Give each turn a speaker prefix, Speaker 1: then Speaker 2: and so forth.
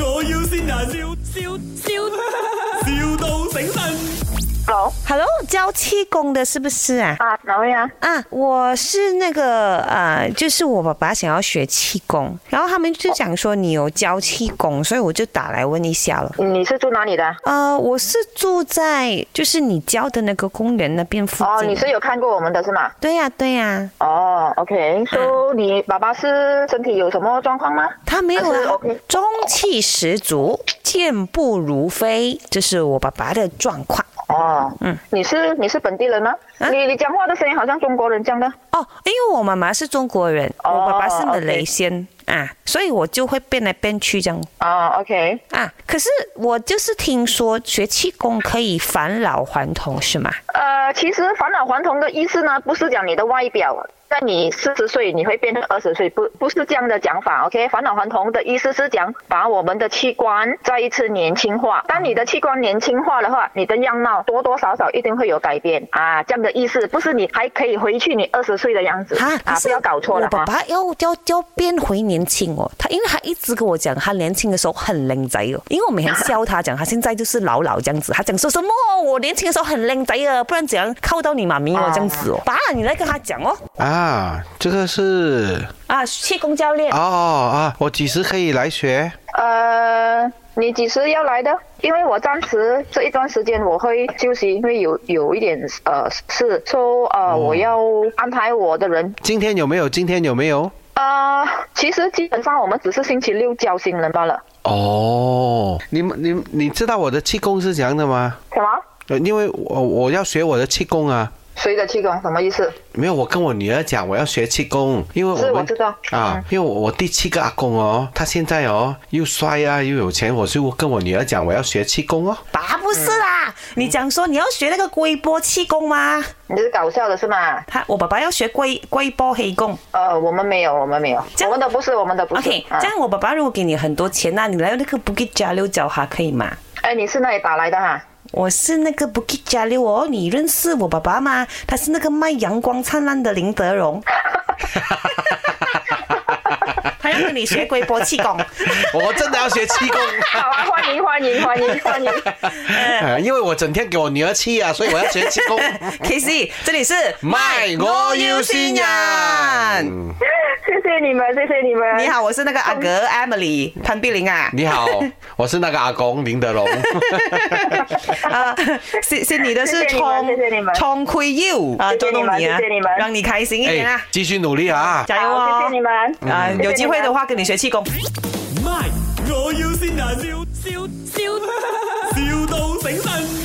Speaker 1: 我要先人，笑笑笑，,笑到醒神。
Speaker 2: Hello
Speaker 3: Hello，教气功的是不是啊？
Speaker 2: 哦啊，哪位啊？
Speaker 3: 啊，我是那个呃，就是我爸爸想要学气功，然后他们就讲说你有教气功，所以我就打来问一下了。
Speaker 2: 你是住哪里的？
Speaker 3: 呃，我是住在就是你教的那个公园那边附
Speaker 2: 哦，
Speaker 3: 近。
Speaker 2: 你是有看过我们的是吗？
Speaker 3: 对呀、对呀、
Speaker 2: 哦，OK，so
Speaker 3: 嗯
Speaker 2: 你爸爸是身体有什么状况吗？
Speaker 3: 他没有
Speaker 2: 但是
Speaker 3: 啊
Speaker 2: OK，
Speaker 3: 中气十足，健步如飞，这是我爸爸的状况。
Speaker 2: 哦，嗯，你是你是本地人吗？
Speaker 3: 啊
Speaker 2: 你你讲话的声音好像中国人这样的。
Speaker 3: 哦，因为我妈妈是中国人，
Speaker 2: 哦
Speaker 3: 我爸爸是马
Speaker 2: OK
Speaker 3: 来西亚啊，所以我就会变来变去这样
Speaker 2: 哦，OK，
Speaker 3: 啊。可是我就是听说学气功可以返老还童，是吗？
Speaker 2: 呃，其实返老还童的意思呢，不是讲你的外表，在你四十岁你会变成二十岁，不不是这样的讲法，OK？返老还童的意思是讲把我们的器官再一次年轻化。当你的器官年轻化的话，你的样貌多多少少一定会有改变啊，这样的意思，不是你还可以回去你二十岁的样子
Speaker 3: 啊，
Speaker 2: 啊
Speaker 3: 可，是
Speaker 2: 不要搞错了
Speaker 3: 我爸
Speaker 2: 哈。
Speaker 3: 爸要要要变回年轻哦，他因为他一直跟我讲，他年轻的时候很靓仔哦，因为我每天笑他讲，他现在就是老老这样子，他讲说什么我年轻的时候很靓仔啊，不然怎样靠到你妈咪哦这样
Speaker 2: 啊
Speaker 3: 子哦，爸你来跟他讲哦，
Speaker 4: 啊，这个是
Speaker 3: 啊气功教练
Speaker 4: 哦啊，我几时可以来学？
Speaker 2: 呃，你几时要来的？因为我暂时这一段时间我会休息，因为有有一点呃事，说呃、我要安排我的人。
Speaker 4: 今天有没有？今天有没有？
Speaker 2: 呃，其实基本上我们只是星期六教新人罢了。
Speaker 4: 哦，你们你你知道我的气功是怎样的吗？
Speaker 2: 什么？
Speaker 4: 呃因为我我要学我的气功啊。
Speaker 2: 谁的气功？什么意思？
Speaker 4: 没有，我跟我女儿讲我要学气功，因为我
Speaker 2: 是
Speaker 4: 们
Speaker 2: 我知道嗯
Speaker 4: 啊，因为我我第七个阿公哦，他现在哦又帅啊又有钱，我就跟我女儿讲我要学气功哦。
Speaker 3: 爸不是啦，你讲说你要学那个龟波气功吗？
Speaker 2: 你是搞笑的是吗？
Speaker 3: 他我爸爸要学龟龟波黑功。
Speaker 2: 呃，我们没有，我们没有，
Speaker 3: 这样
Speaker 2: 我们的不是，我们的不是。
Speaker 3: OK，
Speaker 2: 啊
Speaker 3: 这样我爸爸如果给你很多钱那你来那个 Bukit Jalil 教他可以吗？
Speaker 2: 哎、你是那里打来的哈？
Speaker 3: 我是那个 Bukit Jalil 哦，你认识我爸爸吗？他是那个卖阳光灿烂的林德荣。他要跟你学龟波气功，
Speaker 4: 我真的要学气 功。
Speaker 2: 好啊，欢迎欢迎欢 迎欢迎！嗯
Speaker 4: 啊因为我整天给我女儿气啊，所以我要学气功。
Speaker 3: k c 这里是
Speaker 4: 咪我要先人。
Speaker 2: 谢谢你们，谢谢你们。
Speaker 3: 你好，我是那个阿格 Emily 潘碧玲啊。
Speaker 4: 你好，我是那个阿公林德荣。
Speaker 3: 啊，是是你的是
Speaker 2: 谢谢你们
Speaker 3: 创
Speaker 2: 谢谢你们
Speaker 3: 创亏 you 啊，
Speaker 2: 谢谢
Speaker 3: 捉
Speaker 2: 你
Speaker 3: 弄
Speaker 2: 们
Speaker 3: 你啊，
Speaker 2: 谢谢你们哎
Speaker 3: 让你开心一点啊，
Speaker 4: 哎继续努力啊！
Speaker 3: 加油
Speaker 2: 好，谢
Speaker 3: 哦
Speaker 2: 谢！你们。
Speaker 3: 啊，有机会
Speaker 2: 谢谢你
Speaker 3: 的
Speaker 2: 们
Speaker 3: 话跟你学气功。
Speaker 1: My，我要先人，笑笑笑，,笑到醒神。